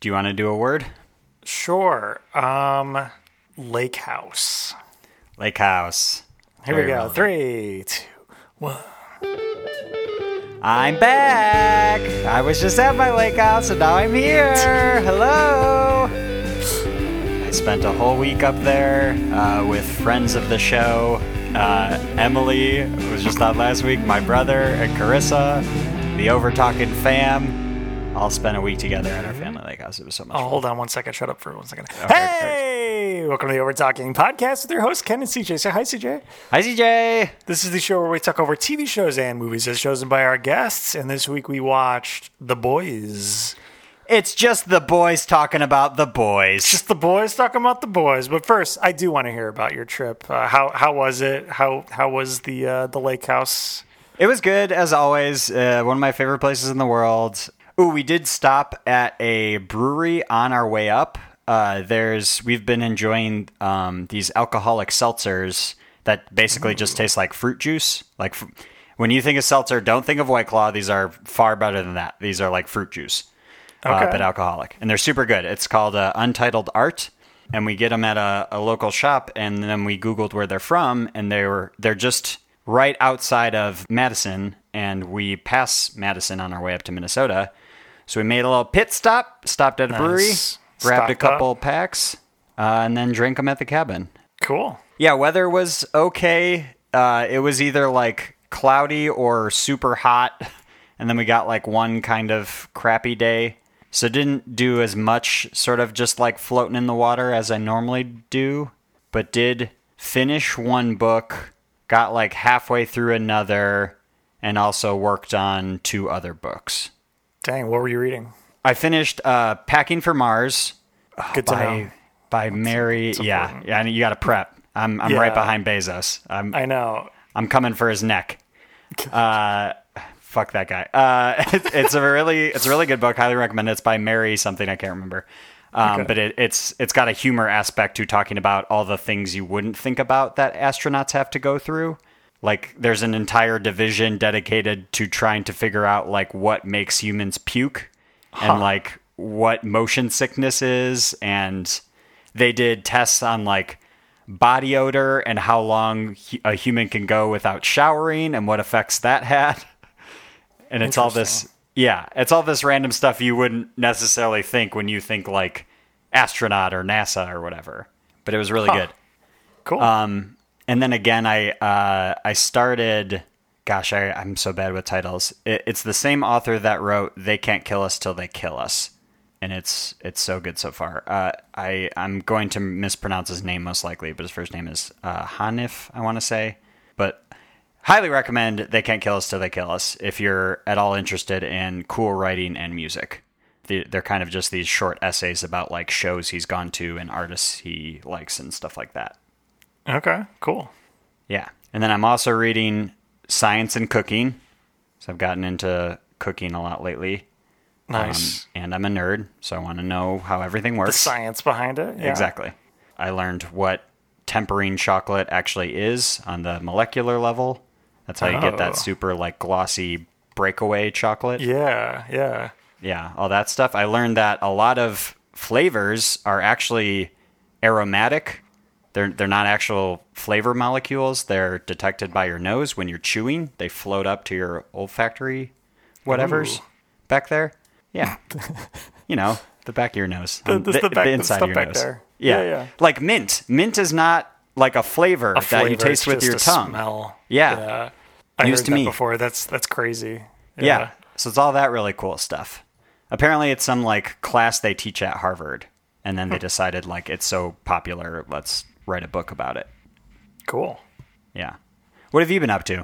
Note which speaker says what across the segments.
Speaker 1: Do you want to do a word?
Speaker 2: Sure. Um, lake house.
Speaker 1: Lake house.
Speaker 2: Here we
Speaker 1: Very
Speaker 2: go.
Speaker 1: relevant.
Speaker 2: Three, two, one.
Speaker 1: I'm back. I was just at my lake house and now I'm here. Hello. I spent a whole week up there uh, with friends of the show. Uh, Emily was just on last week, my brother, and Carissa, the over talking fam. All spent a week together at our family lake house. It was so much
Speaker 2: Oh,
Speaker 1: fun.
Speaker 2: hold on one second. Shut up for one second.
Speaker 1: sorry.
Speaker 2: hey, welcome to the Over Talking podcast with your host Ken and CJ. Say hi, CJ.
Speaker 1: Hi, CJ.
Speaker 2: This is the show where we talk over TV shows and movies as chosen by our guests. And this week we watched The Boys.
Speaker 1: It's just the boys talking about the boys.
Speaker 2: Just the boys talking about the boys. But first, I do want to hear about your trip. Uh, how how was it? How how was the uh, the lake house?
Speaker 1: It was good as always. Uh, one of my favorite places in the world. Ooh, we did stop at a brewery on our way up. Uh, there's we've been enjoying um, these alcoholic seltzers that basically just taste like fruit juice. Like fr- when you think of seltzer, don't think of White Claw. These are far better than that. These are like fruit juice, uh,
Speaker 2: Okay.
Speaker 1: but alcoholic, and they're super good. It's called uh, Untitled Art. And we get them at a, a local shop, and then we Googled where they're from, and they were they're just right outside of Madison, and we pass Madison on our way up to Minnesota. So we made a little pit stop, stopped at a brewery,
Speaker 2: Nice.
Speaker 1: grabbed a
Speaker 2: Stocked up.
Speaker 1: couple packs, uh, and then drank them at the cabin.
Speaker 2: Cool.
Speaker 1: Yeah, weather was okay. Uh, it was either like cloudy or super hot, and then we got like one kind of crappy day. So didn't do as much sort of just like floating in the water as I normally do, but did finish one book, got like halfway through another, and also worked on two other books.
Speaker 2: Dang, what were you reading?
Speaker 1: I finished uh, Packing for Mars
Speaker 2: Good to know.
Speaker 1: by by Mary. Yeah,
Speaker 2: important.
Speaker 1: yeah, and you got to prep. I'm I'm right
Speaker 2: Yeah.
Speaker 1: behind Bezos. I'm
Speaker 2: I know.
Speaker 1: I'm coming for his neck. Uh, fuck that guy. Uh, it's, it's a really it's a really good book. Highly recommend. it. It's by Mary something I can't remember. Um, But it, it's it's got a humor aspect to talking about all the things you wouldn't think about that astronauts have to go through. Like there's an entire division dedicated to trying to figure out like what makes humans puke and like what motion sickness is and they did tests on like body odor and how long hu- a human can go without showering and what effects that had. And it's all this yeah, it's all this random stuff you wouldn't necessarily think when you think like astronaut or NASA or whatever. But it was really good.
Speaker 2: Cool.
Speaker 1: And then again, I uh, I started. Gosh, I, I'm so bad with titles. It, it's the same author that wrote "They Can't Kill Us Till They Kill Us," and it's it's so good so far. Uh, I I'm going to mispronounce his name most likely, but his first name is uh, Hanif. I want to say, but highly recommend "They Can't Kill Us Till They Kill Us" if you're at all interested in cool writing and music. The- They're kind of just these short essays about like shows he's gone to and artists he likes and stuff like that.
Speaker 2: okay. Cool.
Speaker 1: Yeah. And then I'm also reading Science and Cooking. So I've gotten into cooking a lot lately. Um,
Speaker 2: Nice.
Speaker 1: and I'm a nerd, so I want to know how everything
Speaker 2: the
Speaker 1: works.
Speaker 2: science behind it. Yeah.
Speaker 1: Exactly. I learned what tempering chocolate actually is on the molecular level. That's how you get
Speaker 2: Oh.
Speaker 1: that super like glossy breakaway chocolate.
Speaker 2: Yeah. Yeah.
Speaker 1: Yeah, all that stuff. I learned that a lot of flavors are actually aromatic. They're they're not actual flavor molecules. They're detected by your nose when you're chewing. They float up to your olfactory whatevers
Speaker 2: Ooh.
Speaker 1: back there. Yeah. you know, the back of your nose. Um,
Speaker 2: this- the back- the stuff back there.
Speaker 1: Yeah.
Speaker 2: Yeah, yeah.
Speaker 1: Like mint. Mint is not like a flavor that you
Speaker 2: Flavor,
Speaker 1: taste
Speaker 2: it's
Speaker 1: with
Speaker 2: just
Speaker 1: your
Speaker 2: a
Speaker 1: tongue.
Speaker 2: Smell.
Speaker 1: Yeah.
Speaker 2: I
Speaker 1: News
Speaker 2: heard
Speaker 1: to
Speaker 2: that
Speaker 1: me.
Speaker 2: before. That's that's crazy.
Speaker 1: Yeah. So it's all that really cool stuff. Apparently, it's some like class they teach at Harvard, and then they decided like it's so popular, let's write a book about it.
Speaker 2: Cool.
Speaker 1: Yeah. What have you been up to?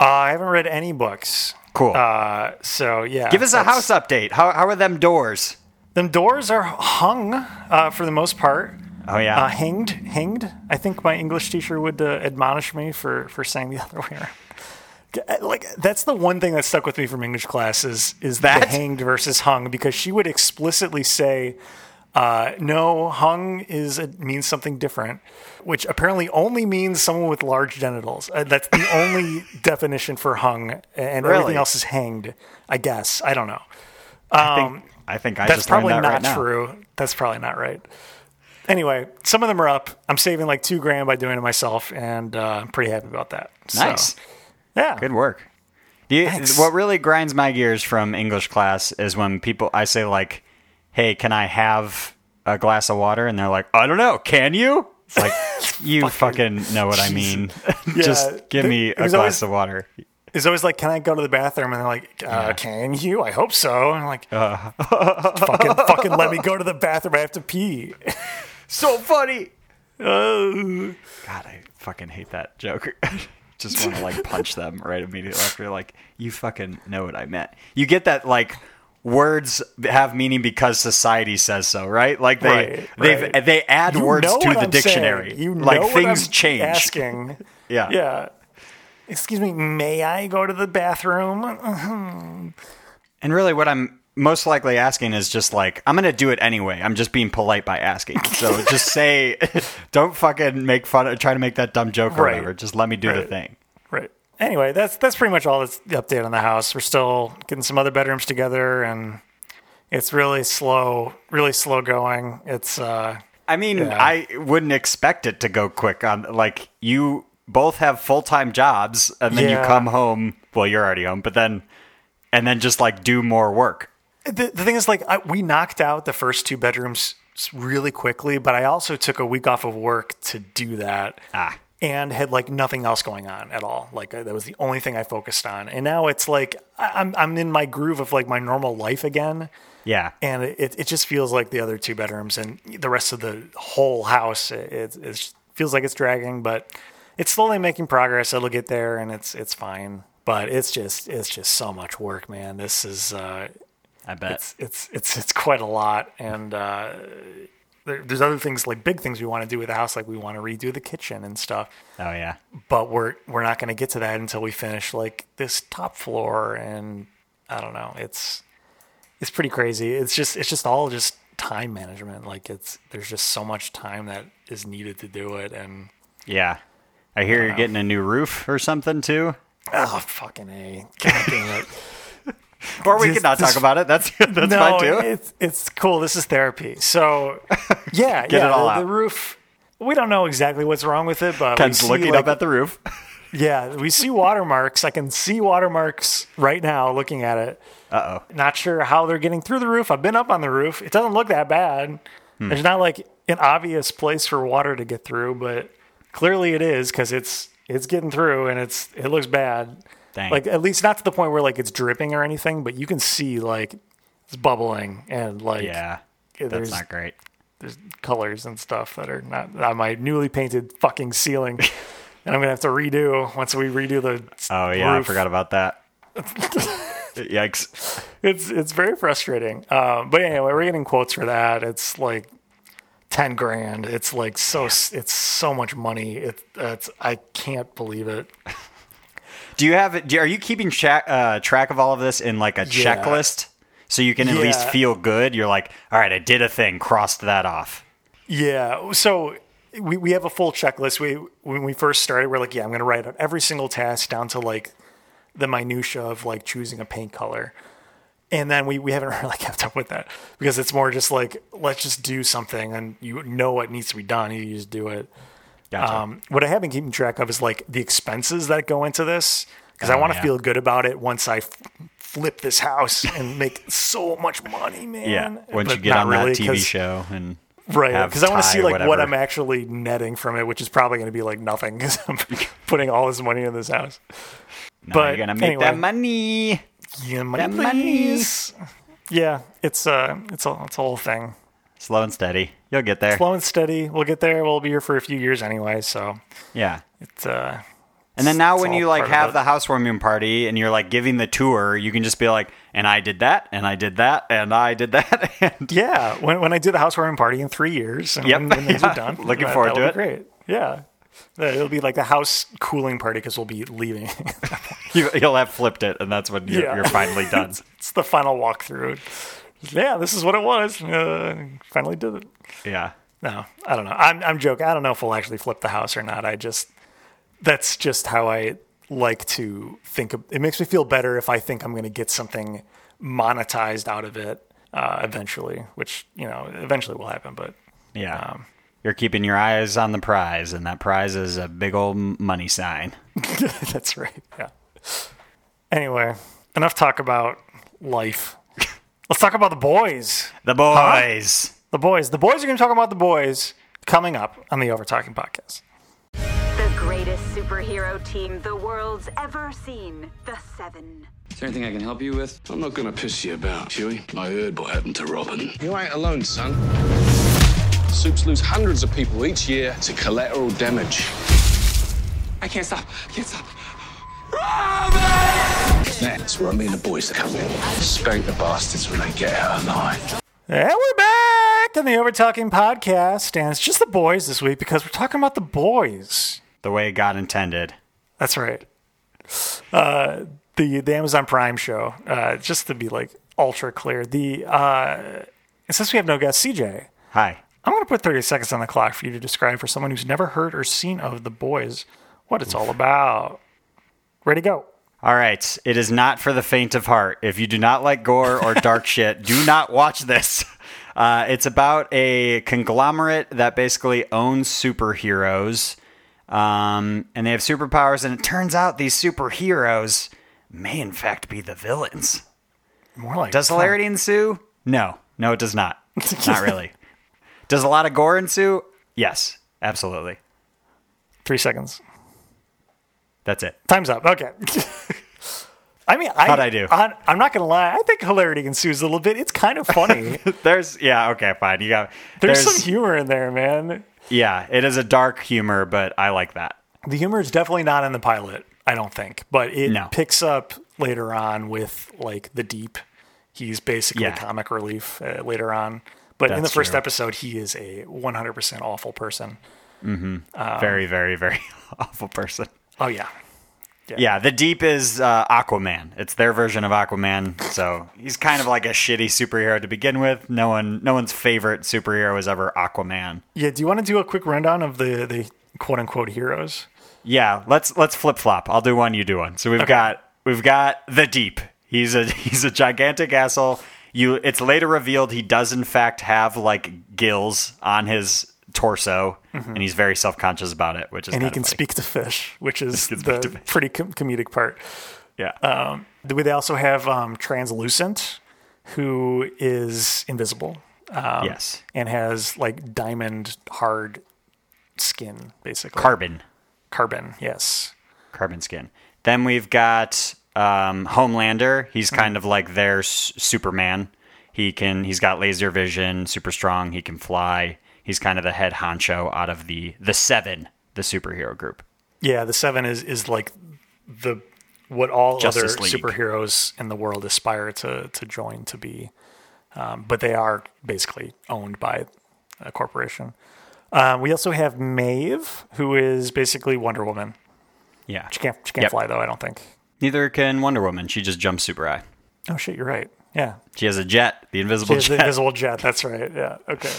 Speaker 2: Uh, I haven't read any books.
Speaker 1: Cool.
Speaker 2: Uh, so yeah.
Speaker 1: Give us a
Speaker 2: that's-
Speaker 1: house update. How how are them doors?
Speaker 2: Them doors are hung uh, for the most part.
Speaker 1: Oh yeah.
Speaker 2: Uh, hanged, hanged. I think my English teacher would uh, admonish me for for saying the other way. around. Like that's the one thing that stuck with me from English class is is
Speaker 1: That?
Speaker 2: the hanged versus hung because she would explicitly say, uh, "No, hung is it means something different," which apparently only means someone with large genitals. Uh, that's the only definition for hung, and
Speaker 1: Really?
Speaker 2: everything else is hanged. I guess I don't know.
Speaker 1: I think I think I
Speaker 2: um, That's
Speaker 1: just
Speaker 2: probably
Speaker 1: learned that
Speaker 2: not
Speaker 1: right now.
Speaker 2: true. That's probably not right. Anyway, some of them are up. I'm saving like two grand by doing it myself, and uh, I'm pretty happy about that. So,
Speaker 1: Nice.
Speaker 2: yeah.
Speaker 1: Good work. Do you,
Speaker 2: Thanks.
Speaker 1: what really grinds my gears from English class is when people I say like, "Hey, can I have a glass of water?" and they're like, "I don't know. Can you?" It's like you fucking know what I mean.
Speaker 2: Yeah,
Speaker 1: Just give
Speaker 2: there-
Speaker 1: me a
Speaker 2: it was
Speaker 1: glass
Speaker 2: always-
Speaker 1: of water.
Speaker 2: It's always like, can I go to the bathroom? And they're like, uh, can you? I hope so. And I'm like,
Speaker 1: Uh.
Speaker 2: fucking, fucking let me go to the bathroom. I have to pee.
Speaker 1: So funny.
Speaker 2: Oh.
Speaker 1: God, I fucking hate that joke. Just want to like punch them right immediately after. Like you fucking know what I meant. You get that like words have meaning because society says so, right? Like they
Speaker 2: Right,
Speaker 1: they
Speaker 2: right.
Speaker 1: they add
Speaker 2: You
Speaker 1: words
Speaker 2: know
Speaker 1: to
Speaker 2: what
Speaker 1: the
Speaker 2: I'm
Speaker 1: dictionary.
Speaker 2: saying. You
Speaker 1: like
Speaker 2: know what
Speaker 1: things
Speaker 2: I'm
Speaker 1: change.
Speaker 2: Asking.
Speaker 1: Yeah.
Speaker 2: Yeah. Excuse me, may I go to the bathroom?
Speaker 1: And really, what I'm most likely asking is just like I'm gonna do it anyway. I'm just being polite by asking. So just say, don't fucking make fun of, try to make that dumb joke or
Speaker 2: Right.
Speaker 1: whatever. Just let me do the
Speaker 2: Right.
Speaker 1: thing.
Speaker 2: Right. Anyway, that's that's pretty much all that's the update on the house. We're still getting some other bedrooms together and it's really slow, really slow going. It's uh
Speaker 1: I mean, I wouldn't expect it to go quick. On like you both have full time jobs, and then
Speaker 2: Yeah.
Speaker 1: you come home. Well, you're already home, but then and then just like do more work.
Speaker 2: the, the thing is like I, we knocked out the first two bedrooms s- really quickly but i also took a week off of work to do that
Speaker 1: Ah.
Speaker 2: and had like nothing else going on at all like uh, that was the only thing i focused on and now it's like I, I'm, I'm in my groove of like my normal life again
Speaker 1: Yeah,
Speaker 2: and it, it just feels like the other two bedrooms and the rest of the whole house it, it, it feels like it's dragging but it's slowly making progress it'll get there and it's it's fine but it's just it's just so much work man this is uh
Speaker 1: I bet.
Speaker 2: it's it's it's quite a lot and uh there, there's other things like big things we want to do with the house like we want to redo the kitchen and stuff
Speaker 1: oh yeah,
Speaker 2: but we're we're not going to get to that until we finish like this top floor and i don't know it's it's pretty crazy it's just it's just all just time management like it's there's just so much time that is needed to do it and
Speaker 1: yeah. I hear you're getting a new roof or something too.
Speaker 2: oh fucking a God damn it.
Speaker 1: Or we
Speaker 2: This-
Speaker 1: could not
Speaker 2: this-
Speaker 1: talk about it. That's that's
Speaker 2: no,
Speaker 1: fine too.
Speaker 2: It's it's cool. This is therapy. So yeah,
Speaker 1: Get
Speaker 2: yeah,
Speaker 1: it all
Speaker 2: the,
Speaker 1: out.
Speaker 2: the roof. We don't know exactly what's wrong with it, but
Speaker 1: Ken's
Speaker 2: we see,
Speaker 1: looking
Speaker 2: like,
Speaker 1: up at the roof.
Speaker 2: yeah, we see watermarks. I can see watermarks right now looking at it.
Speaker 1: Uh oh.
Speaker 2: Not sure how they're getting through the roof. I've been up on the roof. It doesn't look that bad.
Speaker 1: Hmm.
Speaker 2: There's not like an obvious place for water to get through, but clearly it is because it's it's getting through and it's it looks bad.
Speaker 1: Dang.
Speaker 2: Like at least not to the point where like it's dripping or anything, but you can see like it's bubbling and like
Speaker 1: Yeah,
Speaker 2: yeah,
Speaker 1: that's
Speaker 2: there's,
Speaker 1: not great.
Speaker 2: there's colors and stuff that are not on my newly painted fucking ceiling. And I'm gonna have to redo once we redo the.
Speaker 1: Oh yeah, I
Speaker 2: roof.
Speaker 1: forgot about that. Yikes.
Speaker 2: It's it's very frustrating. Um, but anyway, we're getting quotes for that. It's like ten grand. It's like so. It's so much money. It, it's I can't believe it.
Speaker 1: Do you have it? do- Are you keeping cha- uh, track of all of this in like a
Speaker 2: Yeah.
Speaker 1: checklist so you can at least
Speaker 2: Yeah.
Speaker 1: feel good? You're like, all right, I did a thing, crossed that off.
Speaker 2: Yeah. So we, we have a full checklist. We when we first started, we're like, yeah, I'm gonna write out every single task down to like the minutia of like choosing a paint color. And then we, we haven't really kept up with that because it's more just like let's just do something and you know what needs to be done, you just do it.
Speaker 1: Gotcha.
Speaker 2: Um, what I have been keeping track of is like the expenses that go into this because I
Speaker 1: Oh,
Speaker 2: want to
Speaker 1: yeah.
Speaker 2: feel good about it once I f- flip this house and make so much money, man.
Speaker 1: yeah. Once
Speaker 2: But
Speaker 1: you get
Speaker 2: not
Speaker 1: on
Speaker 2: really,
Speaker 1: that TV
Speaker 2: 'cause-
Speaker 1: show and
Speaker 2: right
Speaker 1: have
Speaker 2: because i want to
Speaker 1: Thai
Speaker 2: see like what
Speaker 1: whatever.
Speaker 2: i'm actually netting from it which is probably going to be like nothing because i'm putting all this money in this house
Speaker 1: now
Speaker 2: but
Speaker 1: you're gonna make
Speaker 2: anyway.
Speaker 1: that money.
Speaker 2: yeah money,
Speaker 1: That money.
Speaker 2: please. yeah it's uh it's a it's a whole thing
Speaker 1: Slow and steady. You'll get there.
Speaker 2: slow and steady we'll get there we'll be here for a few years anyway so
Speaker 1: Yeah.
Speaker 2: it's uh
Speaker 1: And then now
Speaker 2: it's
Speaker 1: when
Speaker 2: all
Speaker 1: you like
Speaker 2: part of
Speaker 1: have
Speaker 2: it.
Speaker 1: the housewarming party and you're like giving the tour, you can just be like, and I did that, and I did that, and I did that, and
Speaker 2: yeah when, when i do the housewarming party in three years and
Speaker 1: Yep.
Speaker 2: when, when things
Speaker 1: Yeah.
Speaker 2: are done
Speaker 1: Looking forward to
Speaker 2: that'll be great yeah it'll be like the house cooling party because we'll be leaving
Speaker 1: you, you'll have flipped it, and that's when you're,
Speaker 2: Yeah.
Speaker 1: you're finally done.
Speaker 2: it's the final walkthrough yeah this is what it was uh, finally did it
Speaker 1: yeah.
Speaker 2: No, I don't know. I'm I'm joking. I don't know if we'll actually flip the house or not. I just that's just how I like to think. Of, it makes me feel better if I think I'm going to get something monetized out of it. uh, eventually, which you know eventually will happen. But
Speaker 1: Yeah. Um, You're keeping your eyes on the prize, and that prize is a big old m- money sign.
Speaker 2: that's right. Yeah. Anyway, enough talk about life. Let's talk about the boys.
Speaker 1: The boys.
Speaker 2: The boys. The boys are going to talk about the boys coming up on the Over Talking podcast.
Speaker 3: The greatest superhero team the world's ever seen. The Seven.
Speaker 4: Is there anything I can help you with?
Speaker 5: I'm not gonna piss you about, Huey. I heard what happened to Robin. You ain't alone, son. Soups lose hundreds of people each year to collateral damage.
Speaker 4: I can't stop. I can't stop.
Speaker 5: That's where I mean the boys to come in. Spank the bastards when they get out alive.
Speaker 2: And we're back on the Over Talking podcast, and it's just the boys this week because we're talking about the boys.
Speaker 1: The way God intended.
Speaker 2: That's right. Uh, the the Amazon Prime show, uh, just to be like ultra clear. The uh, and since we have no guest, CJ,
Speaker 1: Hi.
Speaker 2: I'm going to put 30 seconds on the clock for you to describe for someone who's never heard or seen of the boys what it's all about. Ready, go.
Speaker 1: All right. It is not for the faint of heart. If you do not like gore or dark shit, do not watch this. Uh, it's about a conglomerate that basically owns superheroes, um, and they have superpowers. And it turns out these superheroes may, in fact, be the villains.
Speaker 2: More like
Speaker 1: Does hilarity ensue? No, no, it does not. not really. Does a lot of gore ensue? Yes, absolutely.
Speaker 2: three seconds.
Speaker 1: That's it.
Speaker 2: Time's up. Okay. I mean, I,
Speaker 1: How'd I do?
Speaker 2: I, am not going to lie. I think hilarity ensues a little bit. It's kind of funny.
Speaker 1: There's yeah, okay, fine. You got
Speaker 2: There's some humor in there, man.
Speaker 1: yeah. It is a dark humor, but I like that.
Speaker 2: The humor is definitely not in the pilot, I don't think, but it
Speaker 1: No.
Speaker 2: picks up later on with like the deep. He's basically
Speaker 1: Yeah.
Speaker 2: comic relief uh, later on, but in the
Speaker 1: That's
Speaker 2: first
Speaker 1: true.
Speaker 2: episode, he is a 100% awful person.
Speaker 1: very, very, very awful person.
Speaker 2: Oh yeah,
Speaker 1: Yeah, the deep is uh, Aquaman. It's their version of Aquaman. So he's kind of like a shitty superhero to begin with. No one, no one's favorite superhero is ever Aquaman.
Speaker 2: yeah. Do you want to do a quick rundown of the the quote unquote heroes?
Speaker 1: Yeah, let's let's flip flop. I'll do one, you do one. So we've got we've got the deep. He's a he's a gigantic asshole. You it's later revealed he does in fact have like gills on his torso and he's very self-conscious about it, which is
Speaker 2: Mm-hmm. And he
Speaker 1: kind
Speaker 2: can
Speaker 1: of funny.
Speaker 2: speak to fish, which is
Speaker 1: can speak to
Speaker 2: the
Speaker 1: fish.
Speaker 2: pretty com- comedic part.
Speaker 1: Yeah.
Speaker 2: The- They also have um, translucent, who is invisible. Oh.
Speaker 1: yes.
Speaker 2: and has like diamond hard skin, basically.
Speaker 1: Carbon.
Speaker 2: Carbon, yes.
Speaker 1: Carbon skin. Then we've got um, Homelander. He's
Speaker 2: Mm-hmm.
Speaker 1: kind of like their s- Superman. He can. He's got laser vision, super strong. He can fly. He's kind of the head honcho out of the the seven, the superhero group.
Speaker 2: Yeah, the seven is is like the what all
Speaker 1: Justice
Speaker 2: other
Speaker 1: League.
Speaker 2: superheroes in the world aspire to to join to be, um, but they are basically owned by a corporation. Um, we also have Maeve, who is basically Wonder Woman.
Speaker 1: Yeah.
Speaker 2: She can't she can't
Speaker 1: Yep.
Speaker 2: fly though. I don't think.
Speaker 1: Neither can Wonder Woman. She just jumps super high.
Speaker 2: Oh shit, you're right. Yeah,
Speaker 1: She has a jet, the
Speaker 2: she
Speaker 1: invisible
Speaker 2: has the
Speaker 1: jet.
Speaker 2: invisible jet. That's right. Yeah. Okay.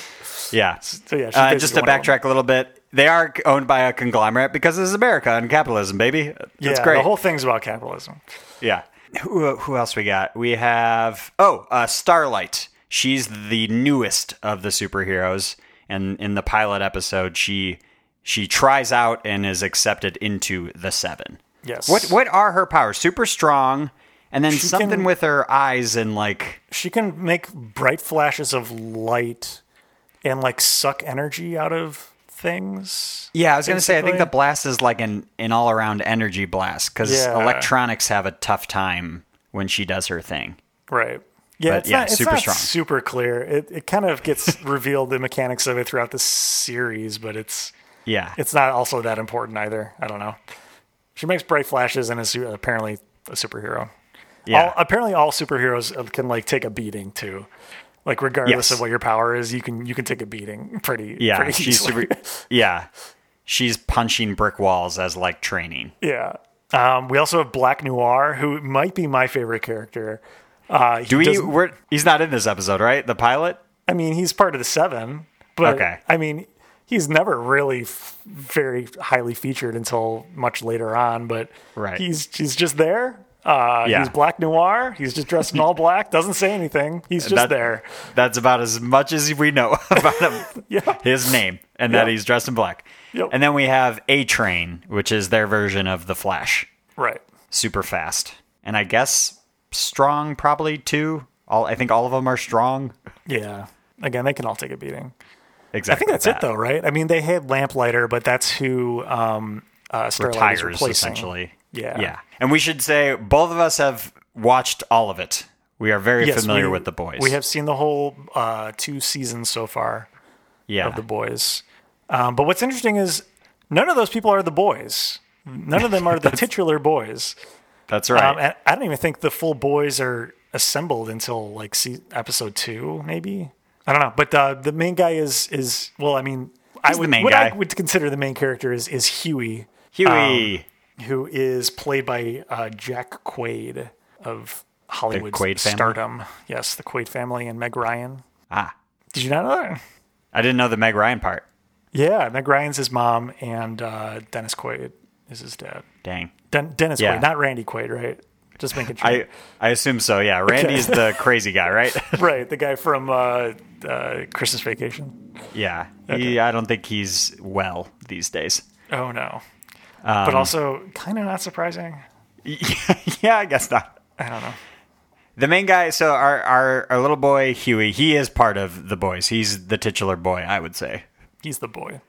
Speaker 1: yeah.
Speaker 2: So yeah, she's
Speaker 1: uh,
Speaker 2: basically
Speaker 1: just to
Speaker 2: Wonder Woman.
Speaker 1: backtrack a little bit, they are c- owned by a conglomerate because this is America and capitalism, baby. That's
Speaker 2: yeah,
Speaker 1: great.
Speaker 2: The whole thing's about capitalism.
Speaker 1: yeah. Who, who else we got? We have oh, uh, Starlight. She's the newest of the superheroes, and in the pilot episode, she she tries out and is accepted into the Seven.
Speaker 2: Yes.
Speaker 1: What what are her powers? Super strong, and then something
Speaker 2: can-
Speaker 1: with her eyes and like
Speaker 2: she can make bright flashes of light and like suck energy out of things.
Speaker 1: Yeah, I was going to say, I think the
Speaker 2: basically.
Speaker 1: blast is like an, an all around energy blast because
Speaker 2: Yeah.
Speaker 1: electronics have a tough time when she does her thing.
Speaker 2: right. Yeah,
Speaker 1: But
Speaker 2: it's
Speaker 1: yeah,
Speaker 2: not, it's
Speaker 1: super
Speaker 2: not
Speaker 1: strong.
Speaker 2: super clear. It it kind of gets revealed the mechanics of it throughout the series, but it's
Speaker 1: Yeah.
Speaker 2: it's not also that important either. I don't know. She makes bright flashes and is su- apparently a superhero.
Speaker 1: yeah.
Speaker 2: All, apparently, all superheroes uh, can like take a beating too. Like regardless
Speaker 1: Yes.
Speaker 2: of what your power is, you can you can take a beating pretty.
Speaker 1: yeah.
Speaker 2: pretty
Speaker 1: She's
Speaker 2: easily.
Speaker 1: super, yeah. She's punching brick walls as like training.
Speaker 2: Yeah. Um, we also have Black Noir, who might be my favorite character. Uh,
Speaker 1: Do we? We're, he's not in this episode, right? The pilot?
Speaker 2: I mean, he's part of the Seven, but
Speaker 1: Okay.
Speaker 2: I mean, he's never really f- very highly featured until much later on. But
Speaker 1: Right.
Speaker 2: he's he's just there. Uh,
Speaker 1: Yeah.
Speaker 2: He's black noir. He's just dressed in all black. Doesn't say anything. He's just
Speaker 1: That-
Speaker 2: there.
Speaker 1: That's about as much as we know about him.
Speaker 2: Yeah.
Speaker 1: His name and that
Speaker 2: Yeah.
Speaker 1: he's dressed in black.
Speaker 2: Yep.
Speaker 1: And then we have A Train, which is their version of the Flash,
Speaker 2: Right.
Speaker 1: super fast, and I guess strong probably too. All I think all of them are strong.
Speaker 2: Yeah. Again, they can all take a beating. I
Speaker 1: Exactly.
Speaker 2: think that's
Speaker 1: that.
Speaker 2: it, though, right? I mean, they had Lamplighter, but that's who um, uh, Starlight is
Speaker 1: Tires
Speaker 2: replacing.
Speaker 1: essentially.
Speaker 2: Yeah.
Speaker 1: Yeah. And we should say both of us have watched all of it. We are very
Speaker 2: Yes,
Speaker 1: familiar
Speaker 2: we-
Speaker 1: with the boys.
Speaker 2: We have seen the whole uh, two seasons so far
Speaker 1: yeah.
Speaker 2: of the boys. Um, but what's interesting is none of those people are the boys. None of them are the titular boys.
Speaker 1: That's right.
Speaker 2: Um, and I don't even think the full boys are assembled until like se- episode two, maybe. I don't know. But uh, the main guy is is well, I mean, I
Speaker 1: He's the
Speaker 2: would
Speaker 1: main
Speaker 2: what I
Speaker 1: guy.
Speaker 2: would consider the main character is is Huey, um,
Speaker 1: Huey.
Speaker 2: who is played by uh, Jack Quaid of Hollywood
Speaker 1: Quaid family?
Speaker 2: stardom. Yes, the Quaid family and Meg Ryan.
Speaker 1: ah.
Speaker 2: Did you not know that?
Speaker 1: I didn't know the Meg Ryan part.
Speaker 2: Yeah, Meg Ryan's his mom, and uh, Dennis Quaid is his dad.
Speaker 1: Dang.
Speaker 2: Den- Dennis
Speaker 1: Yeah.
Speaker 2: Quaid, not Randy Quaid, right? Just making sure.
Speaker 1: I I assume so. Yeah. Randy's the crazy guy, right?
Speaker 2: right, the guy from uh, uh, Christmas Vacation.
Speaker 1: yeah. He, I don't think he's well these days.
Speaker 2: Oh no!
Speaker 1: Um,
Speaker 2: but also, kind of not surprising.
Speaker 1: yeah, I guess not.
Speaker 2: I don't know.
Speaker 1: The main guy, so our, our our little boy Huey, he is part of the boys. He's the titular boy, I would say.
Speaker 2: He's the boy.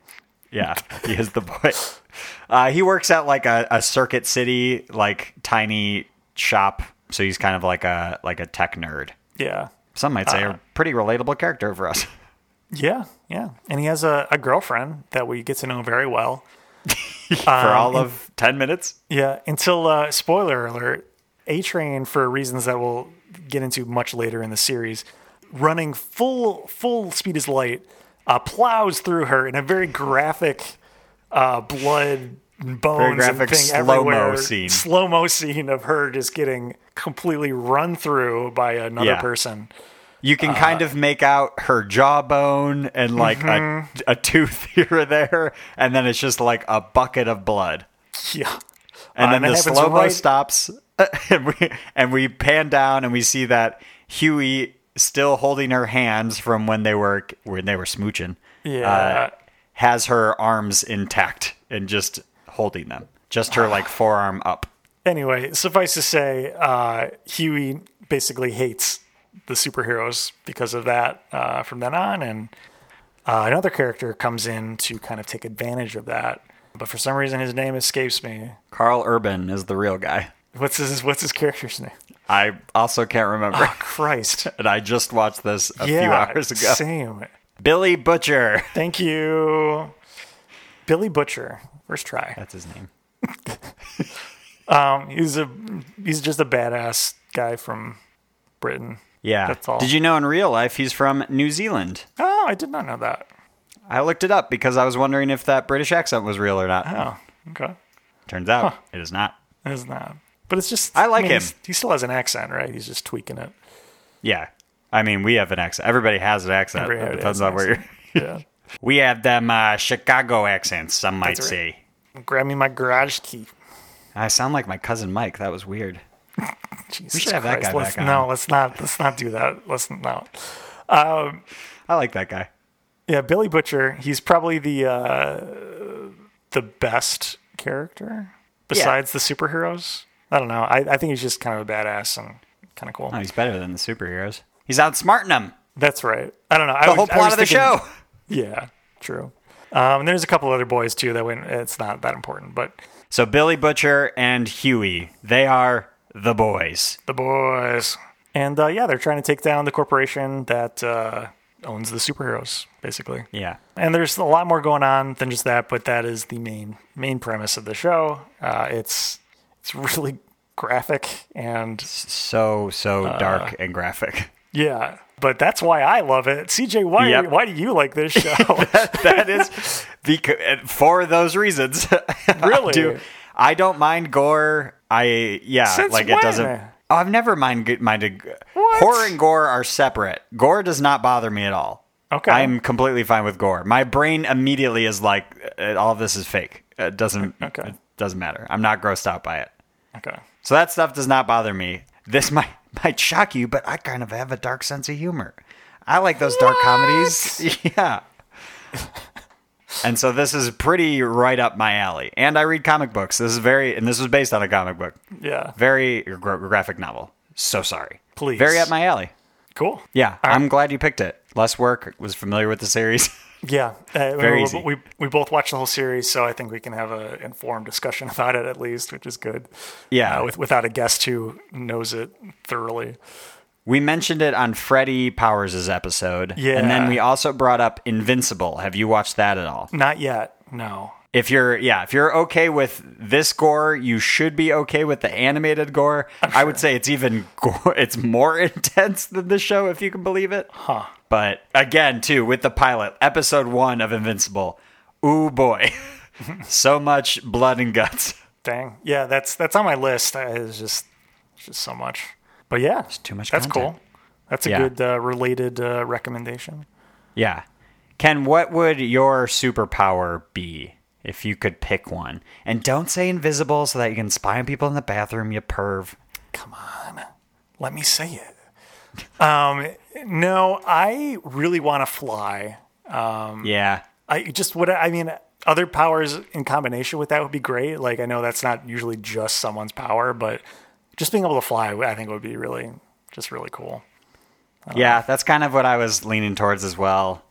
Speaker 1: Yeah, he is the boy. Uh, he works at like a, a Circuit City like tiny shop, so he's kind of like a like a tech nerd.
Speaker 2: Yeah,
Speaker 1: Some might say
Speaker 2: Ah.
Speaker 1: a pretty relatable character for us.
Speaker 2: yeah, yeah. And he has a, a girlfriend that we get to know very well. Um,
Speaker 1: for all of ten minutes.
Speaker 2: Yeah, until uh, spoiler alert, A Train for reasons that we'll get into much later in the series, running full full speed as light, uh, plows through her in a very graphic uh, blood and bones
Speaker 1: graphic
Speaker 2: and thing
Speaker 1: slow-mo
Speaker 2: everywhere
Speaker 1: scene.
Speaker 2: slow mo scene of her just getting completely run through by another
Speaker 1: Yeah.
Speaker 2: person.
Speaker 1: You can
Speaker 2: Uh,
Speaker 1: kind of make out her jawbone and like
Speaker 2: Mm-hmm.
Speaker 1: a, a tooth here or there, and then it's just like a bucket of blood.
Speaker 2: Yeah,
Speaker 1: And
Speaker 2: Uh,
Speaker 1: then
Speaker 2: it
Speaker 1: the
Speaker 2: happens
Speaker 1: slow mo
Speaker 2: right-
Speaker 1: stops, and we and we pan down and we see that Huey still holding her hands from when they were when they were smooching. uh,
Speaker 2: Yeah.
Speaker 1: has her arms intact and just holding them, just her like forearm up.
Speaker 2: Anyway, suffice to say, uh, Huey basically hates the superheroes because of that uh, from then on. And uh, another character comes in to kind of take advantage of that. But for some reason, his name escapes me.
Speaker 1: Carl Urban is the real guy.
Speaker 2: What's his What's his character's name? Oh,
Speaker 1: I also can't remember,
Speaker 2: Christ.
Speaker 1: and I just watched this a
Speaker 2: Uh, yeah,
Speaker 1: few hours ago.
Speaker 2: same.
Speaker 1: Billy Butcher.
Speaker 2: Thank you, Billy Butcher. First try.
Speaker 1: That's his name.
Speaker 2: Um, he's a he's just a badass guy from Britain.
Speaker 1: Yeah.
Speaker 2: That's all.
Speaker 1: Did you know in real life he's from New Zealand?
Speaker 2: Oh, I did not know that.
Speaker 1: I looked it up because I was wondering if that British accent was real or not.
Speaker 2: Oh, okay.
Speaker 1: Turns out it is not.
Speaker 2: It's not. But it's just.
Speaker 1: I like him.
Speaker 2: he's- He still has an accent, right? He's just tweaking it.
Speaker 1: Yeah. I mean, we have an accent. Everybody has an accent.
Speaker 2: Everybody
Speaker 1: it
Speaker 2: has
Speaker 1: depends
Speaker 2: an
Speaker 1: on where you're.
Speaker 2: Yeah.
Speaker 1: We have them uh, Chicago accents, some might
Speaker 2: That's right.
Speaker 1: say.
Speaker 2: Grab me my garage key.
Speaker 1: I sound like my cousin Mike. That was weird.
Speaker 2: Jesus
Speaker 1: should have that
Speaker 2: Christ.
Speaker 1: guy
Speaker 2: let's,
Speaker 1: back on.
Speaker 2: No, let's not. Let's not do that. Let's not.
Speaker 1: I like that guy.
Speaker 2: Yeah, Billy Butcher. He's probably the uh, the best character besides the superheroes. I don't know. I, I think he's just kind of a badass and kind of cool.
Speaker 1: Oh, he's better than the superheroes. He's outsmarting them.
Speaker 2: That's right. I don't know.
Speaker 1: The whole plot of the show.
Speaker 2: Yeah, true. Um, and there's a couple other boys too that went. It's not that important, but
Speaker 1: So Billy Butcher and Huey, they are the boys.
Speaker 2: the boys. And uh, yeah, they're trying to take down the corporation that uh, owns the superheroes, basically.
Speaker 1: Yeah.
Speaker 2: And there's a lot more going on than just that, but that is the main main premise of the show. Uh, it's it's really graphic and
Speaker 1: So, so
Speaker 2: Uh.
Speaker 1: dark and graphic.
Speaker 2: yeah, but that's why I love it. CJ, why
Speaker 1: Yep.
Speaker 2: why do you like this show?
Speaker 1: that is because for those reasons.
Speaker 2: Really?
Speaker 1: I, do, I don't mind gore. I yeah,
Speaker 2: Since
Speaker 1: like
Speaker 2: when?
Speaker 1: it doesn't. Oh, I've never mind minded. Horror and gore are separate. Gore does not bother me at all.
Speaker 2: Okay.
Speaker 1: I'm completely fine with gore. My brain immediately is like, uh, all of this is fake. It doesn't.
Speaker 2: Okay.
Speaker 1: It doesn't matter. I'm not grossed out by it.
Speaker 2: okay,
Speaker 1: So that stuff does not bother me. This might might shock you, but I kind of have a dark sense of humor. I like those dark comedies. Yeah. and so this is pretty right up my alley. And I read comic books. This is very and this was based on a comic book.
Speaker 2: Yeah.
Speaker 1: Very gra- graphic novel. So sorry.
Speaker 2: Please.
Speaker 1: Very up my alley.
Speaker 2: Cool.
Speaker 1: Yeah,
Speaker 2: All right.
Speaker 1: I'm glad you picked it. Less work, was familiar with the series.
Speaker 2: Yeah. Uh,
Speaker 1: Very
Speaker 2: we,
Speaker 1: easy.
Speaker 2: We, we both watched the whole series, so I think we can have an informed discussion about it at least, which is good.
Speaker 1: Yeah.
Speaker 2: Uh, with, without a guest who knows it thoroughly.
Speaker 1: we mentioned it on Freddie Powers' episode.
Speaker 2: Yeah.
Speaker 1: And then we also brought up Invincible. Have you watched that at all?
Speaker 2: Not yet. No.
Speaker 1: If you're yeah, if you're okay with this gore, you should be okay with the animated gore. I would say it's even gore it's more intense than the show if you can believe it. Huh. But again, too, with the pilot, episode 1 of Invincible. Ooh boy. so much blood and guts.
Speaker 2: Dang. Yeah, that's that's on my list. I- It's just it's just so much. But yeah,
Speaker 1: too much
Speaker 2: That's
Speaker 1: content.
Speaker 2: cool. That's a
Speaker 1: Yeah.
Speaker 2: good uh, related uh, recommendation.
Speaker 1: Yeah. Ken, what would your superpower be if you could pick one? And don't say invisible so that you can spy on people in the bathroom, you perv.
Speaker 2: Let me say it. Um, no, I really want to fly.
Speaker 1: Yeah.
Speaker 2: I just what I mean. Other powers in combination with that would be great. Like I know that's not usually just someone's power, but just being able to fly, I think would be really just really cool.
Speaker 1: Yeah, that's kind of what I was leaning towards as well.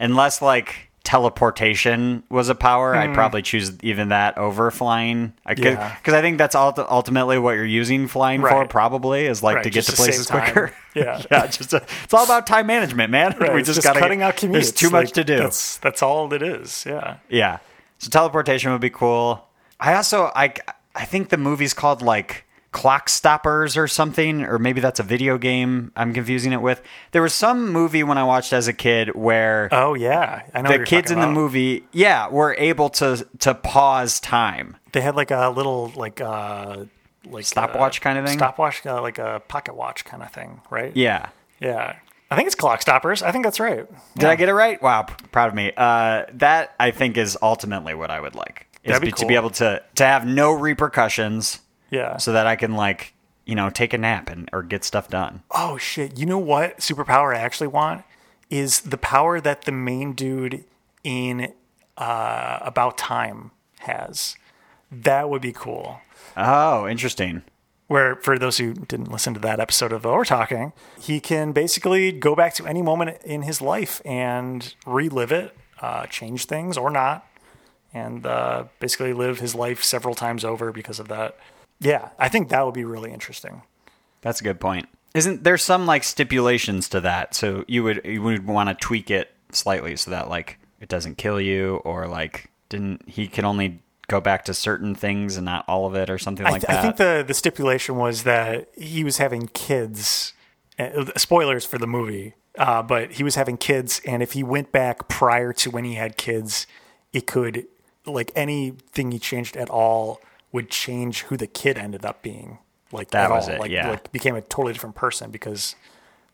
Speaker 1: Unless like teleportation was a power, I'd probably choose even that over flying. Because
Speaker 2: Hmm. Yeah.
Speaker 1: I think that's ult- ultimately what you're using flying for,
Speaker 2: Right.
Speaker 1: probably, is like
Speaker 2: Right,
Speaker 1: to get
Speaker 2: just
Speaker 1: to
Speaker 2: to save
Speaker 1: places
Speaker 2: time.
Speaker 1: quicker.
Speaker 2: Yeah.
Speaker 1: yeah, just a, it's all about time management, man.
Speaker 2: Right,
Speaker 1: we
Speaker 2: it's
Speaker 1: just, gotta
Speaker 2: cutting out commutes.
Speaker 1: There's too much
Speaker 2: Like,
Speaker 1: to do.
Speaker 2: That's that's all it is. Yeah.
Speaker 1: Yeah. So teleportation would be cool. I also I I think the movie's called like Clock Stoppers or something, or maybe that's a video game. I'm confusing it with. There was some movie when I watched as a kid where
Speaker 2: Oh yeah, I know what
Speaker 1: the
Speaker 2: you're
Speaker 1: kids in
Speaker 2: talking
Speaker 1: the
Speaker 2: about.
Speaker 1: movie, yeah, were able to to pause time.
Speaker 2: They had like a little like uh like
Speaker 1: Stopwatch
Speaker 2: uh,
Speaker 1: kind of thing?
Speaker 2: Stopwatch, uh, like a pocket watch kind of thing, right?
Speaker 1: Yeah.
Speaker 2: yeah. I think it's clock stoppers. I think that's right.
Speaker 1: Did I get it right? Wow, p- proud of me. Uh, that I think is ultimately what I would like. Is
Speaker 2: That'd be
Speaker 1: be- to be
Speaker 2: cool.
Speaker 1: able to to have no repercussions,
Speaker 2: Yeah.
Speaker 1: so that I can like you know take a nap and or get stuff done.
Speaker 2: oh shit, you know what superpower I actually want is the power that the main dude in uh About Time has. That would be cool.
Speaker 1: Oh, interesting.
Speaker 2: where for those who didn't listen to that episode of Over Talking, he can basically go back to any moment in his life and relive it, uh, change things or not, and uh, basically live his life several times over because of that. Yeah, I think that would be really interesting.
Speaker 1: That's a good point. Isn't there some like stipulations to that? So you would you would want to tweak it slightly so that like it doesn't kill you or like didn't he can only go back to certain things and not all of it or something
Speaker 2: I,
Speaker 1: like
Speaker 2: th-
Speaker 1: that.
Speaker 2: I think the the stipulation was that he was having kids. Uh, spoilers for the movie, uh, but he was having kids, and if he went back prior to when he had kids, it could like anything he changed at all would change who the kid ended up being. Like
Speaker 1: That
Speaker 2: at
Speaker 1: was
Speaker 2: all.
Speaker 1: it,
Speaker 2: Like,
Speaker 1: yeah.
Speaker 2: like became a totally different person because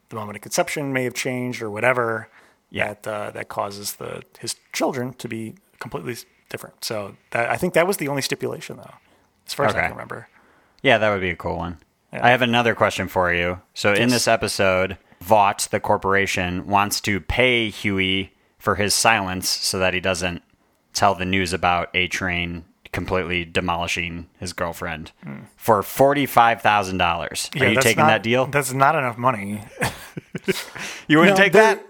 Speaker 2: the moment of conception may have changed or whatever.
Speaker 1: Yeah.
Speaker 2: That uh, that causes the his children to be completely s- different. So that, I think that was the only stipulation, though, as far as I
Speaker 1: Okay.
Speaker 2: can remember.
Speaker 1: yeah, that would be a cool one. I have another question for you. So in this episode, Vought, the corporation, wants to pay Huey for his silence so that he doesn't tell the news about A Train completely demolishing his girlfriend for forty five thousand dollars. Are
Speaker 2: Hmm. Yeah,
Speaker 1: you
Speaker 2: that's
Speaker 1: taking
Speaker 2: not-
Speaker 1: that deal?
Speaker 2: That's not enough money.
Speaker 1: You wouldn't take that?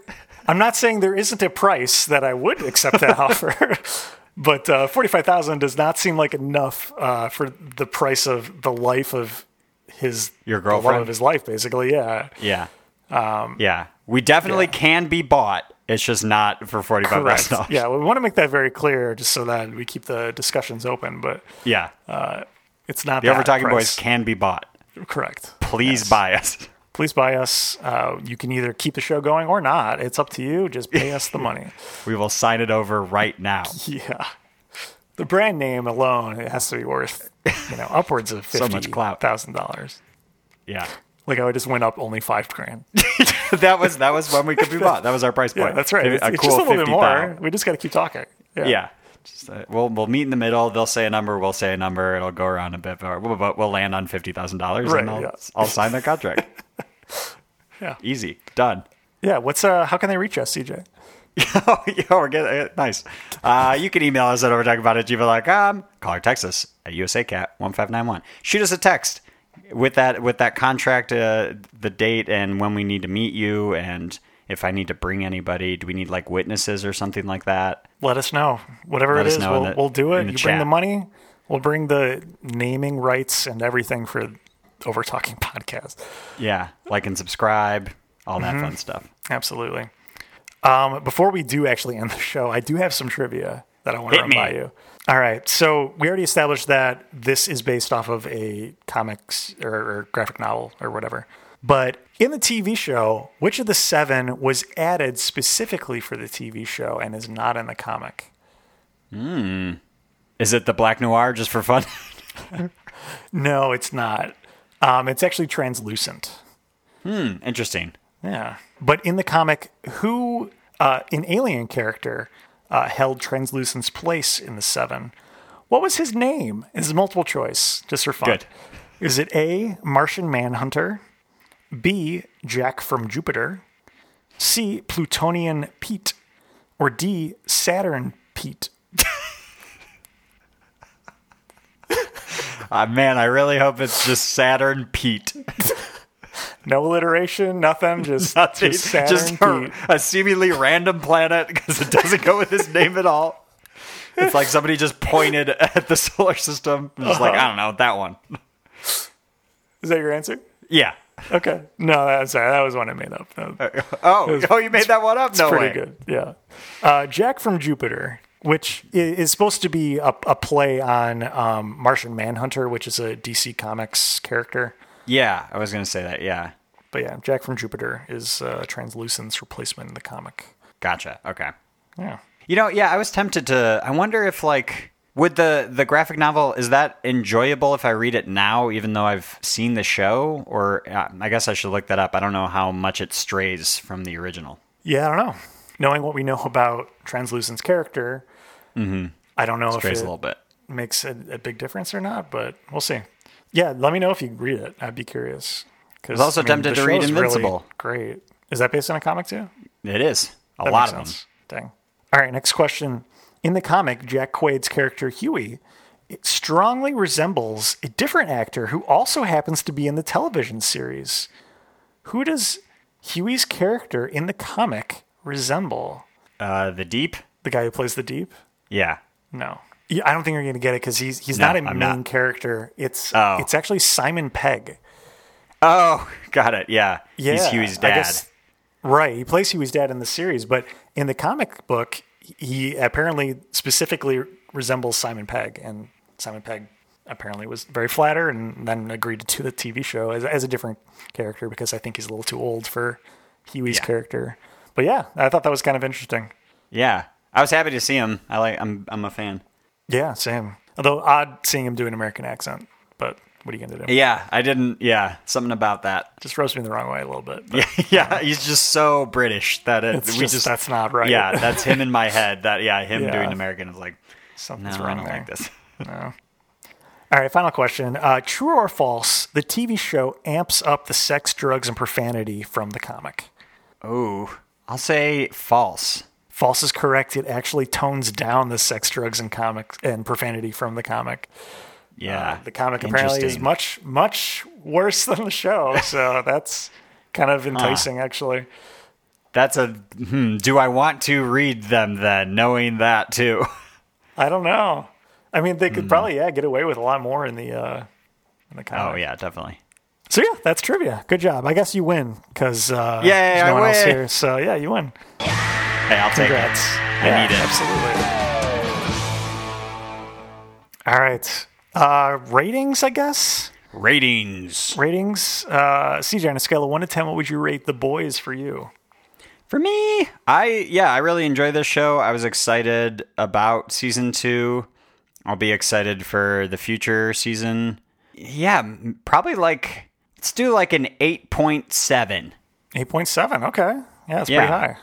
Speaker 2: I'm not saying there isn't a price that I would accept that offer, but uh, forty-five thousand does not seem like enough uh, for the price of the life of his
Speaker 1: Your
Speaker 2: the love
Speaker 1: girlfriend?
Speaker 2: of his life, basically. Yeah,
Speaker 1: Yeah.
Speaker 2: Um,
Speaker 1: yeah. We definitely can be bought. It's just not for forty five
Speaker 2: correct.
Speaker 1: thousand dollars.
Speaker 2: Yeah, we want to make that very clear, just so that we keep the discussions open. But
Speaker 1: Yeah.
Speaker 2: it's not
Speaker 1: the
Speaker 2: that
Speaker 1: over talking boys
Speaker 2: Uh, price.
Speaker 1: can be bought.
Speaker 2: correct.
Speaker 1: Please buy us.
Speaker 2: Please buy us. Uh, you can either keep the show going or not. It's up to you. Just pay us the money.
Speaker 1: We will sign it over right now.
Speaker 2: Yeah. The brand name alone, it has to be worth, you know, upwards of
Speaker 1: So much
Speaker 2: fifty
Speaker 1: clout.
Speaker 2: thousand dollars.
Speaker 1: Yeah.
Speaker 2: Like I just went up only five grand.
Speaker 1: that was that was when we could be bought. That was our price
Speaker 2: Yeah,
Speaker 1: point.
Speaker 2: that's right. It's,
Speaker 1: A
Speaker 2: it's
Speaker 1: cool
Speaker 2: just a little bit
Speaker 1: 50,000.
Speaker 2: more. We just got to keep talking.
Speaker 1: Yeah. Just, uh, we'll we'll meet in the middle. They'll say a number. We'll say a number. It'll go around a bit, but we'll, but we'll land on fifty thousand dollars,
Speaker 2: Right,
Speaker 1: and I'll,
Speaker 2: yeah.
Speaker 1: I'll sign that contract.
Speaker 2: Yeah.
Speaker 1: easy done.
Speaker 2: Yeah. What's uh? How can they reach us, CJ?
Speaker 1: oh, yeah, we're getting uh, nice. Uh, you can email us at overtalkingabout at gmail.com. Call or text us at USACat1five91. Shoot us a text with that with that contract, uh, the date, and when we need to meet you, and if I need to bring anybody. Do we need like witnesses or something like that?
Speaker 2: Let us know. Whatever
Speaker 1: Let
Speaker 2: it
Speaker 1: us
Speaker 2: is,
Speaker 1: know in
Speaker 2: we'll,
Speaker 1: the-
Speaker 2: we'll do it.
Speaker 1: in the
Speaker 2: You bring
Speaker 1: chat.
Speaker 2: the money. We'll bring the naming rights and everything for Over Talking Podcast.
Speaker 1: Yeah, like and subscribe, all that fun stuff.
Speaker 2: Absolutely. Um, before we do actually end the show, I do have some trivia that I want
Speaker 1: Hit
Speaker 2: to run
Speaker 1: me.
Speaker 2: by you. All right. So we already established that this is based off of a comics or, or graphic novel or whatever. But in the TV show, which of the seven was added specifically for the TV show and is not in the comic?
Speaker 1: Is it the Black Noir just for fun?
Speaker 2: No, it's not. Um, it's actually translucent.
Speaker 1: Interesting.
Speaker 2: Yeah. But in the comic, who, uh, an alien character, uh, held Translucent's place in the seven? What was his name? This is multiple choice, just for fun.
Speaker 1: Good.
Speaker 2: Is it A, Martian Manhunter? B, Jack from Jupiter? C, Plutonian Pete? Or D, Saturn Pete?
Speaker 1: Uh, man, I really hope it's just Saturn Pete.
Speaker 2: No alliteration, nothing, just, just Saturn
Speaker 1: just a,
Speaker 2: Pete.
Speaker 1: a seemingly random planet because it doesn't go with his name at all. It's like somebody just pointed at the solar system. and Just like
Speaker 2: Uh-huh.
Speaker 1: I don't know that one.
Speaker 2: Is that your answer?
Speaker 1: Yeah.
Speaker 2: Okay. No, that's sorry. That was one I made up. That-
Speaker 1: Oh, oh, you made that one up. No
Speaker 2: pretty
Speaker 1: way.
Speaker 2: good. Yeah. Uh, Jack from Jupiter, which i- is supposed to be a, a play on um, Martian Manhunter, which is a DC Comics character.
Speaker 1: Yeah, I was gonna say that. Yeah.
Speaker 2: But yeah, Jack from Jupiter is uh, Translucent's replacement in the comic.
Speaker 1: Gotcha. Okay.
Speaker 2: Yeah.
Speaker 1: You know, yeah, I was tempted to. I wonder if like would the the graphic novel is that enjoyable if I read it now, even though I've seen the show, or uh, I guess I should look that up. I don't know how much it strays from the original.
Speaker 2: Yeah, I don't know. Knowing what we know about Translucent's character, I don't know
Speaker 1: Strays a
Speaker 2: if it
Speaker 1: little bit.
Speaker 2: makes a, a big difference or not, but we'll see. Yeah, let me know if you read it. I'd be curious. I was
Speaker 1: also tempted to read Invincible.
Speaker 2: great. Is that based on a comic too?
Speaker 1: It is a
Speaker 2: That
Speaker 1: lot
Speaker 2: makes
Speaker 1: of them.
Speaker 2: sense. Dang. All right, next question. In the comic, Jack Quaid's character Huey it strongly resembles a different actor who also happens to be in the television series. Who does Huey's character in the comic resemble?
Speaker 1: Uh, the Deep.
Speaker 2: The guy who plays the Deep?
Speaker 1: Yeah.
Speaker 2: No. Yeah, I don't think you're going to get it because he's he's
Speaker 1: No,
Speaker 2: not a
Speaker 1: I'm
Speaker 2: main
Speaker 1: not.
Speaker 2: character. It's
Speaker 1: Oh.
Speaker 2: it's actually Simon Pegg.
Speaker 1: Oh, got it. Yeah.
Speaker 2: Yeah,
Speaker 1: He's Huey's
Speaker 2: I
Speaker 1: dad.
Speaker 2: guess- right, he plays Huey's dad in the series, but in the comic book, he apparently specifically resembles Simon Pegg, and Simon Pegg apparently was very flattered and then agreed to do the TV show as, as a different character because I think he's a little too old for Huey's
Speaker 1: Yeah.
Speaker 2: character. But yeah, I thought that was kind of interesting.
Speaker 1: Yeah. I was happy to see him. I like. I'm. I'm a fan.
Speaker 2: Yeah, same. Although odd seeing him do an American accent, but what are you gonna do?
Speaker 1: Yeah. I didn't. Yeah. Something about that.
Speaker 2: Just roast me the wrong way a little bit. but
Speaker 1: Yeah. Yeah. He's just so British that it.
Speaker 2: It's
Speaker 1: we
Speaker 2: just,
Speaker 1: just.
Speaker 2: that's not right.
Speaker 1: Yeah. That's him in my head. That. Yeah. Him
Speaker 2: Yeah.
Speaker 1: doing American is like. No,
Speaker 2: something's
Speaker 1: I
Speaker 2: wrong
Speaker 1: don't
Speaker 2: there.
Speaker 1: like this.
Speaker 2: All right, final question. Uh, true or false, the TV show amps up the sex, drugs, and profanity from the comic.
Speaker 1: Oh. I'll say false.
Speaker 2: False is correct. It actually tones down the sex, drugs, and comic and profanity from the comic.
Speaker 1: Yeah.
Speaker 2: Uh, The comic apparently
Speaker 1: Ah,
Speaker 2: is
Speaker 1: Interesting.
Speaker 2: much, much worse than the show. So that's kind of enticing, actually.
Speaker 1: That's a. Hmm, do I want to read them then? Knowing that too.
Speaker 2: I don't know. I mean, they could
Speaker 1: Hmm.
Speaker 2: probably yeah get away with a lot more in the uh, in the comic.
Speaker 1: Oh yeah, definitely.
Speaker 2: So yeah, that's trivia. Good job. I guess you win because uh,
Speaker 1: Yay,
Speaker 2: there's
Speaker 1: I
Speaker 2: no one else
Speaker 1: win.
Speaker 2: here. So yeah, you win.
Speaker 1: Hey, I'll take
Speaker 2: Congrats.
Speaker 1: it. I
Speaker 2: Yeah,
Speaker 1: need it.
Speaker 2: Absolutely. All right. Uh, ratings, I guess.
Speaker 1: Ratings.
Speaker 2: Ratings. Uh, CJ, on a scale of 1 to 10, what would you rate The Boys for you?
Speaker 1: For me, I yeah, I really enjoy this show. I was excited about season 2. I'll be excited for the future season. Yeah, m- probably like let's do like an 8.7.
Speaker 2: 8.7. Okay. Yeah, that's
Speaker 1: Yeah.
Speaker 2: pretty high.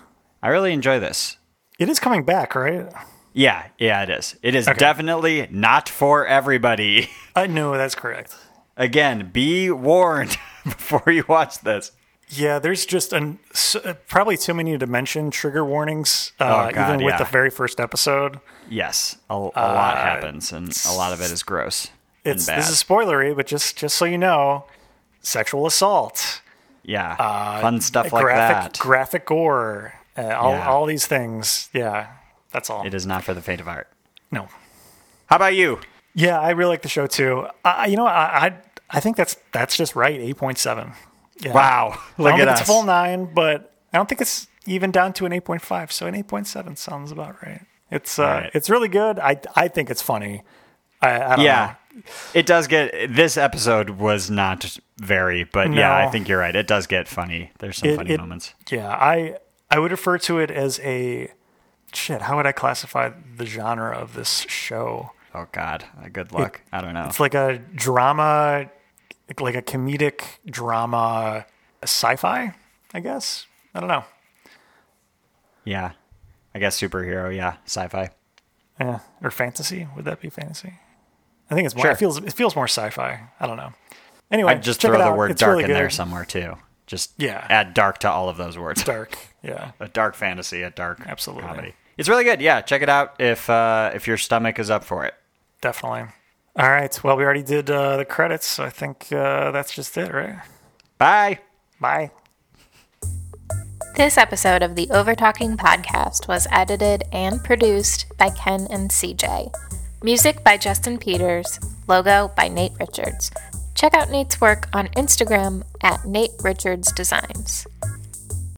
Speaker 1: I really enjoy this.
Speaker 2: It is coming back, right?
Speaker 1: Yeah, yeah, it is. It is definitely not for everybody.
Speaker 2: I know that's correct.
Speaker 1: Again, be warned before you watch this.
Speaker 2: Yeah, there's just an, s- uh, probably too many to mention trigger warnings, uh,
Speaker 1: Oh, God,
Speaker 2: even with
Speaker 1: yeah.
Speaker 2: the very first episode.
Speaker 1: Yes, a, a lot happens, and a lot of it is gross. and
Speaker 2: It's
Speaker 1: bad.
Speaker 2: this is spoilery, but just just so you know, sexual assault,
Speaker 1: yeah, fun stuff like
Speaker 2: Uh, graphic
Speaker 1: that.
Speaker 2: graphic gore, uh, all
Speaker 1: Yeah.
Speaker 2: all these things. Yeah, that's all.
Speaker 1: it is not for the faint of heart.
Speaker 2: No.
Speaker 1: How about you?
Speaker 2: Yeah, I really like the show too. I, you know, I, I I think that's that's just right. Eight point seven. Yeah.
Speaker 1: Wow,
Speaker 2: I
Speaker 1: look
Speaker 2: don't
Speaker 1: at
Speaker 2: think
Speaker 1: us.
Speaker 2: it's a full nine, but I don't think it's even down to an eight point five. So an eight point seven sounds about right. It's uh,
Speaker 1: Alright.
Speaker 2: it's really good. I I think it's funny. I, I don't
Speaker 1: yeah, it does get. This episode was not very, but yeah, I
Speaker 2: No.
Speaker 1: think you're right. It does get funny. There's some
Speaker 2: It-
Speaker 1: funny
Speaker 2: it-
Speaker 1: moments.
Speaker 2: know. Yeah, I I would refer to it as a shit. How would I classify the genre of this show?
Speaker 1: Oh God, Uh, good luck. I don't know.
Speaker 2: It's like a drama, like a comedic drama, sci-fi. I guess I don't know.
Speaker 1: Yeah, I guess superhero. Yeah, sci-fi.
Speaker 2: Yeah, or fantasy? Would that be fantasy? I think it's more.
Speaker 1: Sure.
Speaker 2: It feels it feels more sci-fi. I don't know. Anyway,
Speaker 1: I'd just
Speaker 2: check
Speaker 1: throw
Speaker 2: it
Speaker 1: the
Speaker 2: out.
Speaker 1: word
Speaker 2: It's
Speaker 1: dark
Speaker 2: really
Speaker 1: in there
Speaker 2: good.
Speaker 1: somewhere too. Just
Speaker 2: Yeah.
Speaker 1: add dark to all of those words.
Speaker 2: Dark. Yeah,
Speaker 1: A dark fantasy, a dark
Speaker 2: Absolutely.
Speaker 1: comedy. It's really good. Yeah, check it out if uh, if your stomach is up for it.
Speaker 2: definitely. All right. Well, we already did uh, the credits, so I think uh, that's just it, right?
Speaker 1: Bye.
Speaker 2: Bye.
Speaker 6: This episode of the Overtalking Podcast was edited and produced by Ken and CJ. Music by Justin Peters, logo by Nate Richards. Check out Nate's work on Instagram at Nate Richards Designs.